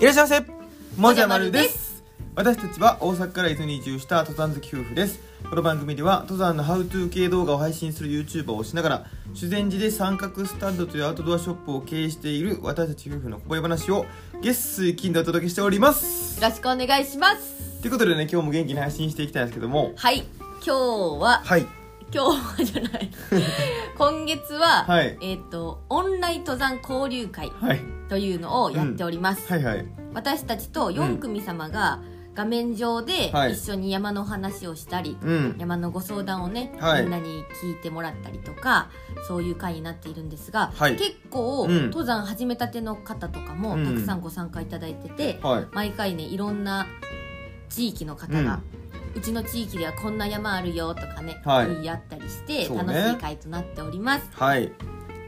いらっしゃいませももじじゃゃままるるでですす私たちは大阪から伊豆に移住した登山好き夫婦ですこの番組では登山のハウトゥー系動画を配信する YouTuber をしながら修善寺で三角スタンドというアウトドアショップを経営している私たち夫婦のこぼれ話を月水金でお届けしておりますよろしくお願いしますということでね今日も元気に配信していきたいんですけどもはい今日ははい今日はじ ゃない今月は、はいえっ、とオンライン登山交流会はいというのをやっております、はいはい私たちと4組様が画面上ではい一緒に山の話をしたり、うん山のご相談をね、はいみんなに聞いてもらったりとかそういう会になっているんですが、はい結構、うん登山始めたての方とかもうんたくさんご参加いただいてて、はい毎回ねいろんな地域の方が、うちの地域ではこんな山あるよとかね、はい言い合ったりして、そう楽ねしい会となっておりますはい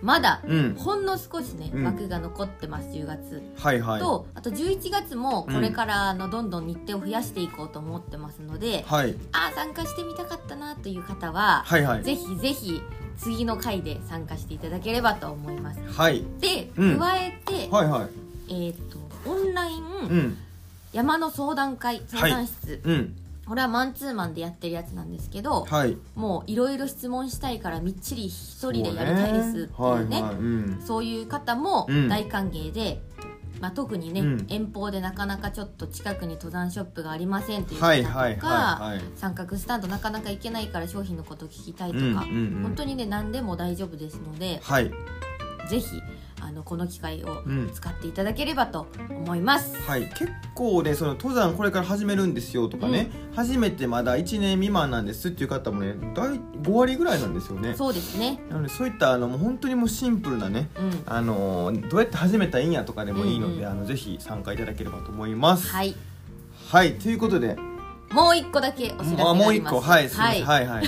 まだ、うんほんの少しねうん枠が残ってます10月。はいはいとあと11月もこれからあのどんどん日程を増やしていこうと思ってますので、はいああ参加してみたかったなという方は、はいはいぜひぜひ次の回で参加していただければと思いますはいで、うん加えて、はいはいえっ、とオンライン、うん山の相談会相談室、うんこれはマンツーマンでやってるやつなんですけど、はいもういろいろ質問したいからみっちり一人でやりたいですっていうねそうはいはいうんそういう方もうん大歓迎で、まあ、特にね、うん遠方でなかなかちょっと近くに登山ショップがありませんっていう方はいとか、はいはいはい三角スタンドなかなか行けないから商品のこと聞きたいとか、うんうんうん本当にね何でも大丈夫ですのではいぜひあのこの機会をうん使っていただければと思います。はい、結構ねその登山これから始めるんですよとかね、初めてまだ1年未満なんですっていう方もね大5割ぐらいなんですよねそうですね、なのでそういったあのもう本当にもうシンプルなねうんあのーどうやって始めたらいいんやとかでもいいので、うんうんあのぜひ参加いただければと思います。はい、はい、ということでもう一個だけお知らせがあありますもう一個はいすいませんはいはい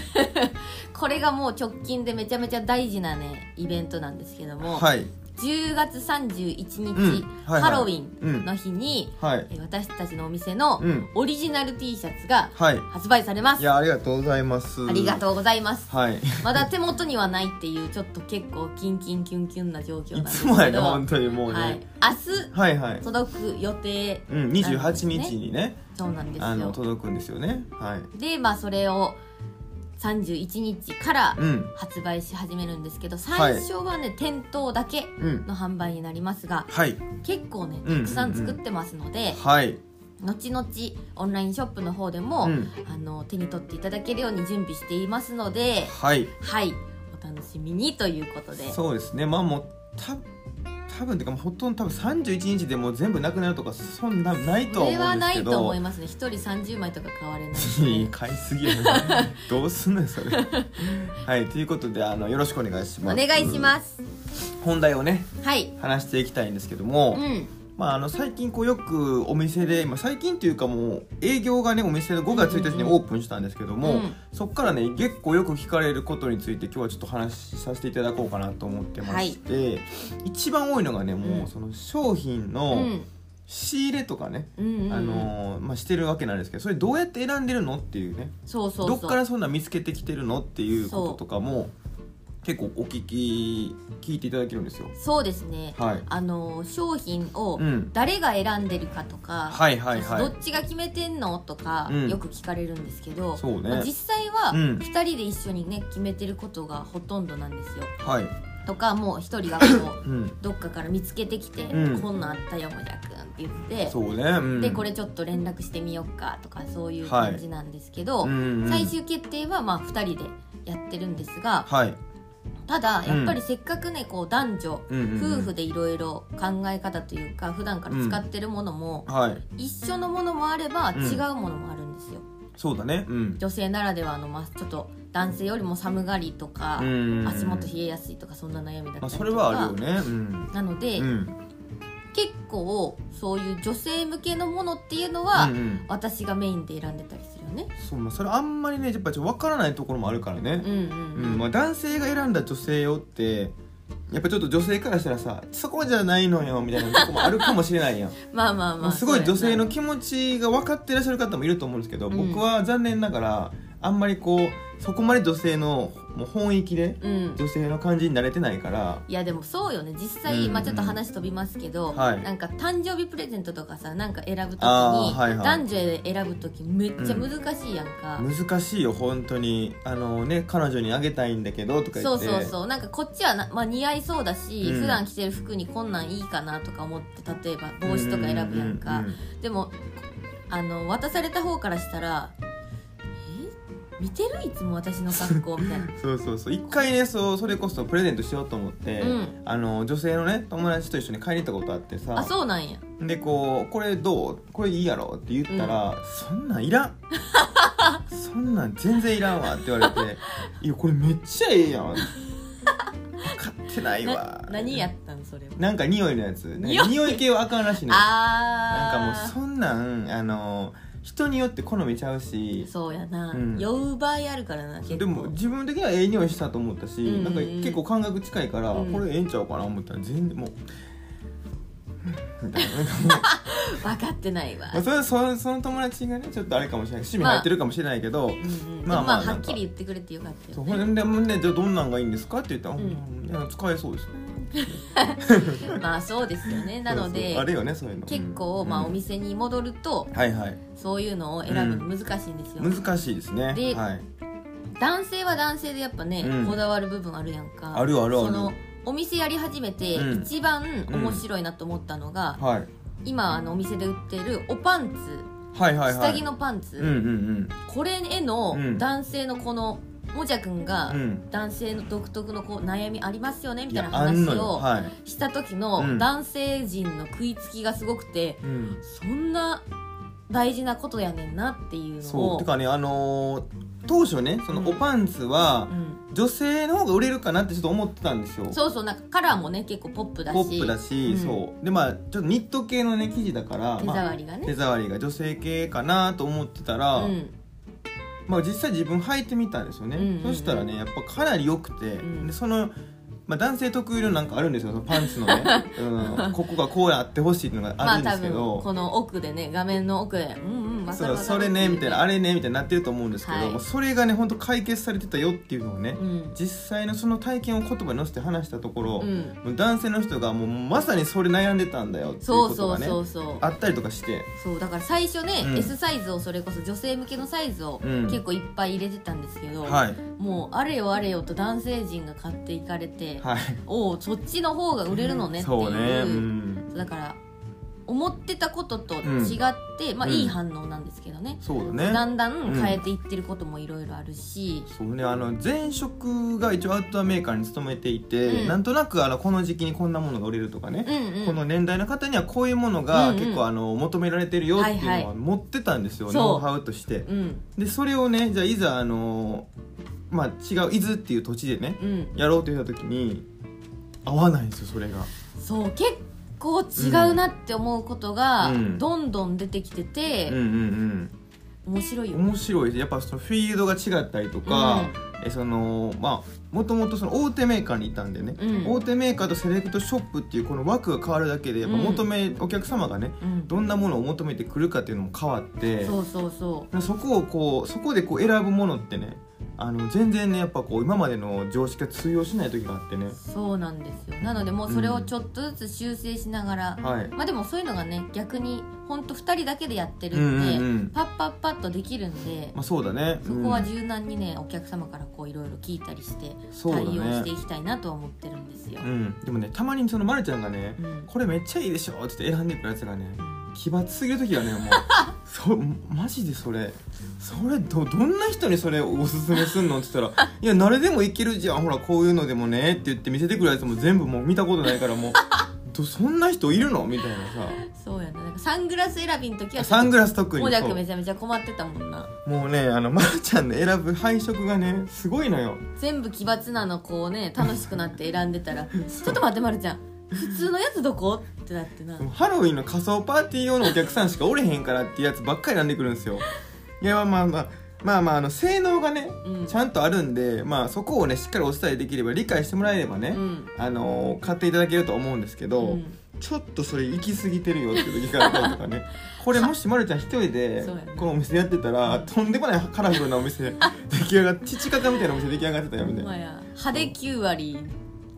これがもう直近でめちゃめちゃ大事なねイベントなんですけど も、はい10月31日、うんはいはいハロウィンの日に、はいえー私たちのお店のうんオリジナル T シャツがはい発売されまいす、やありがとうございますありがうとうございますはいまだ手元にはないっていうちょっと結構キンキンキュンキュンな状況ないんですつけどもやね本当にもうね、はい、明はい、はい日届く予定うんなんです28ね日にねそうなんですあのよ届くんですよねはいでまあそれを31日からうん発売し始めるんですけどはい最初はね、店頭だけうんの販売になりますがはい結構ねうんうんうんたくさん作ってますので、はい後々オンラインショップの方でも、うんあの手に取っていただけるように準備していますのではいはいお楽しみにということでそうですねまあもうた多分てかもうほとんど多分31日でもう全部なくなるとかそんなないとそはれ思うはんでなすけいとど思いますね一人30枚とか買われな い買いすぎやねどうすんのよそれはいということであのよろしくお願いし おます願いします、本題をねはい話していきたいんですけども、うんまあ、あの最近こうよくお店で、まあ、最近というかもう営業がねお店の5月1日にうんうんうオープンしたんですけども、うんそこからね結構よく聞かれることについて今日はちょっと話しさせていただこうかなと思ってまして、一番多いのがねもううんその商品うのん仕入れとかね、うんうんあのーまあ、してるわけなんですけどそれどうやって選んでるのっていうねそうそうそうどっからそんな見つけてきてるのっていうこととかも結構お聞き聞いていただけるんですよ。そうですね、はいあの商品をうん誰が選んでるかとか、はいはいはいどっちが決めてんのとか、うんよく聞かれるんですけど、そうねまあ実際はうん2人で一緒にね決めてることがほとんどなんですよはい、とかもう1人がこ ううん、どっかから見つけてきて「うんこんなんあったよもじゃくん」って言って、そうね、うんでこれちょっと連絡してみよっかとかそういう感じなんですけど、うんうん最終決定はまあ2人でやってるんですがはい、ただやっぱりせっかくねこう男女うんうんうん夫婦でいろいろ考え方というか普段から使ってるものもはい、一緒のものもあればうん違うものもあるんですよ。そうだね、うん、女性ならではの、まあ、ちょっと男性よりも寒がりとかうん足元冷えやすいとかそんな悩みだったりとまあかそれはあるよね、うん、なので、うん、結構そういう女性向けのものっていうのは、うんうん私がメインで選んでたりするよね。そう、まあそれあんまりね、やっぱちょっとわからないところもあるからねう、んうう、んうんんまあ男性が選んだ女性よって。やっぱちょっと女性からしたらさそこじゃないのよみたいなとこもあるかもしれないやん、 まあまあまあすごい女性のそう気持ちが分かってらっしゃる方もいると思うんですけど、うん僕は残念ながらあんまりこうそこまで女性のもう本域でうん女性の感じに慣れてないからいやでもそうよね実うん際、うんまあちょっと話飛びますけど、はいなんか誕生日プレゼントとかさなんか選ぶときに、あーはいはい男女で選ぶときめっちゃ難しいやんか、難しいよ本当にあのね彼女にあげたいんだけどとか言そっうてそうそうなんかこっちはな、まあ、似合いそうだし、うん普段着てる服にこんなんいいかなとか思って例えば帽子とか選ぶやんか、うううでもあの渡された方からしたら「え見てるいつも私の 格好」みたいなそうそうそう一回ねそうそれこそプレゼントしようと思って、うんあの女性のね友達と一緒に買いに行ったことあってさあそうなんやでこう「これどうこれいいやろ?」って言ったら「そんなんいら んそんなん全然いらんわ」って言われて「いやこれめっちゃええや ん」分かってないわな何やったんそれはなんか匂いのやつ匂い匂い系はあかんらしいのよなんかもうあーそんなんあの人によって好みちゃうしそうやな、うん酔う場合あるからな結構でも自分的にはええ匂いしたと思ったし、うんうんなんか結構感覚近いから、うんこれええんちゃうかな思ったら全然もう。うんみたいななんか もう分かってないわまあ、それはそその友達がねちょっとあれかもしれない趣味入ってるかもしれないけど、うんうんままああままああなはんっかきり言ってくれてよかったそようねほんでもうねじゃあどんなんがいいんですかって言ったら、うんうんいや使えそうですねまあそうですよねなのそうでそうあれよねそういうの結構、うんまあ、お店に戻るとはいはいそういうのを選ぶの難しいんですよ、難しいですねではい、男性は男性でやっぱね、うんこだわる部分あるやんかあるあるあるそのお店やり始めてうん一番面白いなと思ったのが、はい、今あのお店で売ってるおパンツはいはいはい下着のパンツ、うんうんこれへうのん男性のこのもじゃくんがうんうん男性の独特のこう悩みありますよねみたいないやあん話のよをはいした時うんの男性陣の食いつきがすごくてうん、そんな大事なことやねんなっていうのそうをてかねあのー当初ねそのおパンツはうん女性の方が売れるかなってちょっと思ってたんですよそうそうなんかカラーもね結構ポップだしポップだし、うんそうでまあちょっとニット系のね生地だから手ま触ありが手ね、触りが女性系かなと思ってたら、うんまあ、実際自分履いてみたんですよね、うんうんうんそしたらねやっぱかなり良くて、んでその、まあ、男性特有のなんかあるんですよそのパンツ のね、うん、ここがこうやってほしいっていうのがあるまあんで多すけ分ど、この奥でね画面の奥でうんうんわかそるうわかるそれねみたいなあれれねみたいになってると思うんですけど、はいもうそれがね本当解決されてたよっていうのをね、うん、実際のその体験を言葉に載せて話したところう、ん、もう男性の人がもうまさにそれ悩んでたんだよっていうそこうとそがうねそうそうあったりとかしてそうだから最初ね、うん S サイズをそれこそ女性向けのサイズをうん結構いっぱい入れてたんですけど、はいもうあれよあれよと男性陣が買っていかれて、はいおおそっちの方が売れるのねっていうそうねうんだから思ってたことと違って、まあうんいい反応なんですけどね、そうだだねんだん変えていってることもいろいろあるし、そうねあの前職が一応アウトドアメーカーに勤めていて、うんなんとなくあのこの時期にこんなものが売れるとかね、うんうんこの年代の方にはこういうものがうんうん結構あの求められてるよっていうはいのははい持ってたんですよ、そうノウハウとして。うんでそれをねじゃあいざあのまあ違う伊豆っていう土地でねうんやろうと言った時に合わないんですよそれがそう結構違うなって思うことがうんどんどん出てきてて、うんうん面白いうんよ、面白いしやっぱそのフィールドが違ったりとか、えそのまあもともとその大手メーカーにいたんでね、うん大手メーカーとセレクトショップっていうこの枠が変わるだけでやっぱ求め、お客様がねうん、どんなものを求めてくるかっていうのも変わってそうそうそそこをこうそこでこう選ぶものってねあの全然ねやっぱこう今までの常識が通用しない時があってねうそうなんですよなのでもうそれをちょっとずつ修正しながら、はいまあでもそういうのがね逆にほんと2人だけでやってるんうで、んうんうんパッパッパッとできるんで、まあそうだねそこはうん柔軟にねお客様からこういろいろ聞いたりしてそうだ対ね応していきたいなとは思ってるんですよ、うん、でもねたまにそのまるちゃんがね、うんこれめっちゃいいでしょ」って言って選んでくるやつがね奇抜すぎる時がね もうそうマジでそれそれどどんな人にそれおすすめすんのって言ったら「いや誰でもいけるじゃんほらこういうのでもね」って言って見せてくるやつも全部もう見たことないから もうどそんな人いるのみたいなそうやななんかサングラス選びの時さはサングララス特にもじゃそくうんめちゃめちゃ困ってたもんなもうねあのまるちゃんの選ぶ配色がねすごいのよ全部奇抜なのこうね楽しくなって選んでた ら「ちょっと待ってまるちゃん普通のやつどこ?」ってなってなでもハロウィンの仮装パーティー用のお客さんしかおれへんからっていうやつばっかりなんでくるんですよいやまあまあまあまああの性能がねうんちゃんとあるんで、まあ、そこをねしっかりお伝えできれば理解してもらえればね、うんあのー買っていただけると思うんですけど、うんちょっとそれ行き過ぎてるよって時があったりとか ねこれもしまるちゃん一人でそうやねこのお店やってたら、とんでもないカラフルなお 店出来上がって父方みたいなお店出来上がってたよみたいほんまなや派手9割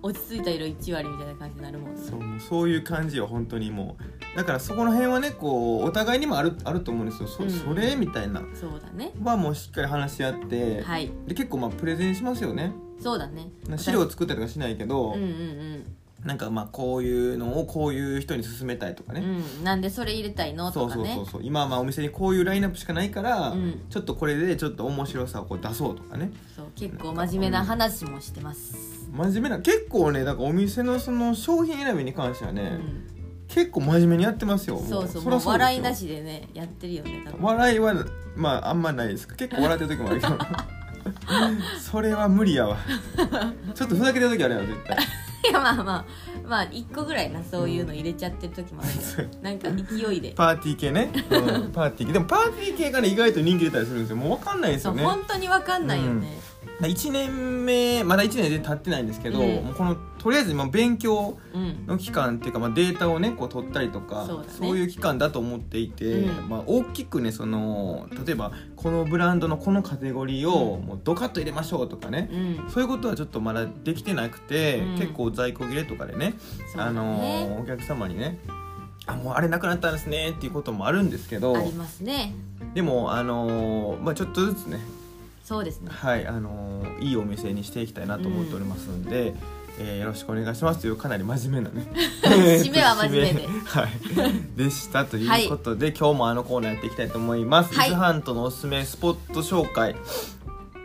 落ち着いた色1割みたいな感じになるもんねそうもうそういう感じよ本当にもうだからそこの辺はねこうお互いにもあるあると思うんですよそ,、うんそれみたいなそうだねはもうしっかり話し合って、はいで結構まあプレゼンしますよねそうだねな資料を作ったりとかしないけど、うんうんうんなんかまあこういうのをこういう人に勧めたいとかね、うん、なんでそれ入れたいのそとうかそうねそうそう今はまあお店にこういうラインナップしかないから、うんちょっとこれでちょっと面白さをこう出そうとかねそう結構真面目な話もしてます、真面目な結構ねだからお店のその商品選びに関してはね、うん結構真面目にやってますよもそうそうりゃもうですよ笑いなしでねやってるよね多分笑いはまああんまないです結構笑ってる時もあるけ どそれは無理やわちょっとふざけてる時あるやろ絶 対いやまあまあまあ1個ぐらいなそういうの入れちゃってる時もあるよ、なんか勢いでパーティー系ね、うんパーティー系でもパーティー系がね意外と人気出たりするんですよもう分かんないですそようね本当に分かんないよね、 1年目まだ1年で経ってないんですけど、うんもうこのとりあえず今勉強うんの期間っていうか、まあ、データをねこう取ったりとかそうだねいう期間だと思っていて、うんまあ、大きくねその例えばこのブランドのこのカテゴリーをうんもうドカッと入れましょうとかね、うんそういうことはちょっとまだできてなくて、うん結構在庫切れとかでねそうあだねのお客様にねあもうあれなくなったんですねっていうこともあるんですけどありますねでもあの、まあ、ちょっとずつねそうですねはい、あのーいいお店にしていきたいなと思っておりますんで、えーよろしくお願いしますというかなり真面目なね 締めは真面目 で締めはい、でしたということで、今日もあのコーナーやっていきたいと思います、はい伊豆半島のおすすめスポット紹介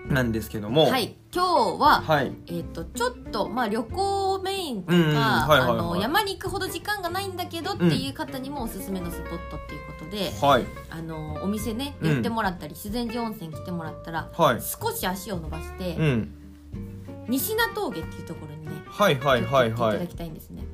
なんですけどもはい今日は、はいえっとちょっと、まあ、旅行メインとか、うんうんはいはいはいあの山に行くほど時間がないんだけどっていう方にもおすすめのスポットっていうことで、はいあのお店ねうん寄ってもらったり、自然寺温泉来てもらったらはい少し足を伸ばして、うん西名峠っていうところにねはいはいはいはちょっと行っていただいきたいんですね、はい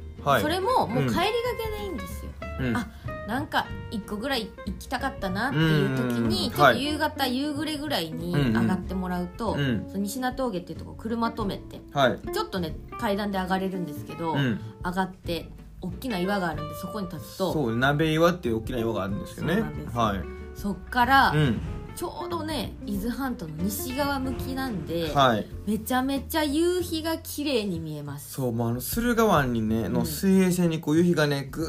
それももうう帰んりがけでいいんですよ、うんあなんか一個ぐらい行きたかったなっていう時うんにちょっと夕方、夕暮れぐらいにうん上うんがってもらうと、うんその西名峠っていうとこ車止めてはいちょっとね階段で上がれるんですけど、うん上がって大きな岩があるんでそこに立つとそう鍋岩っていう大きな岩があるんですけどねそうなんですはいそっからうんちょうどね伊豆半島の西側向きなんで、はいめちゃめちゃ夕日が綺麗に見えますそうもうあの駿河湾にねうのん水平線にこう夕日がねぐ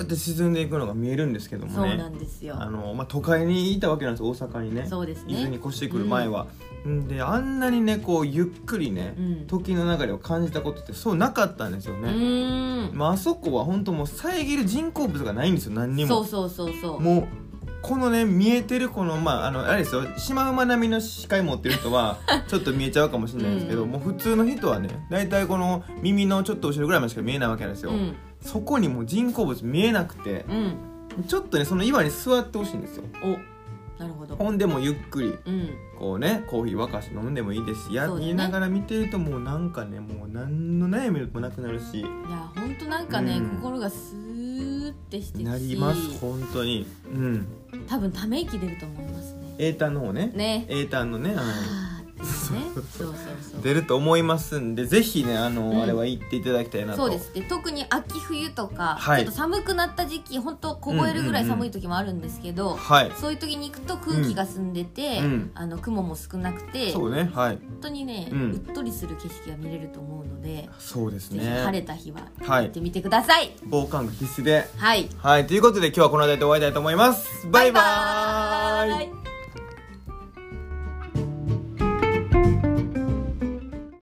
ーって沈んでいくのが見えるんですけどもそうねなんですよあの、まあ、都会にいたわけなんです大阪にねそうです伊豆にね越してくる前は、ん、であんなにねこうゆっくりね、うん時の流れを感じたことってそうなかったんですようね、ーんまああそこは本当もう遮る人工物がないんですよ何にもそうそうそうそうもうこのね見えてるこのまああのあれですよシマウマ並みの視界持ってる人はちょっと見えちゃうかもしれないですけど、うんもう普通の人はね大体この耳のちょっと後ろぐらいまでしか見えないわけなんですよ、うんそこにもう人工物見えなくてうんちょっとねその岩に座ってほしいんですよおなるほどほんでもうゆっくりうんこうねコーヒー沸かして飲んでもいいですしやそうだり、ねながら見てるともうなんかねもう何の悩みもなくなるしいやほんとなんかね、うん心がスーってしてきなります本当にうん多分ため息出ると思いますね英単の方ね ね英単のねあのあーですねそうそうそう出ると思いますんでぜひねあの、うんあれは行っていただきたいなとそうですで特に秋冬とか、はいちょっと寒くなった時期本当凍えるぐらい寒い時もあるんですけど、はいそういう時に行くと空気が澄んでて、うんあの雲も少なくて、そう本ねはい当にね、ううんっとりする景色が見れると思うので、そうですぜひ晴れねた日ははい行ってみてください。防寒具必須ではい、はいということで今日はこの辺りで終わりたいと思いますバイバーイバイバーイ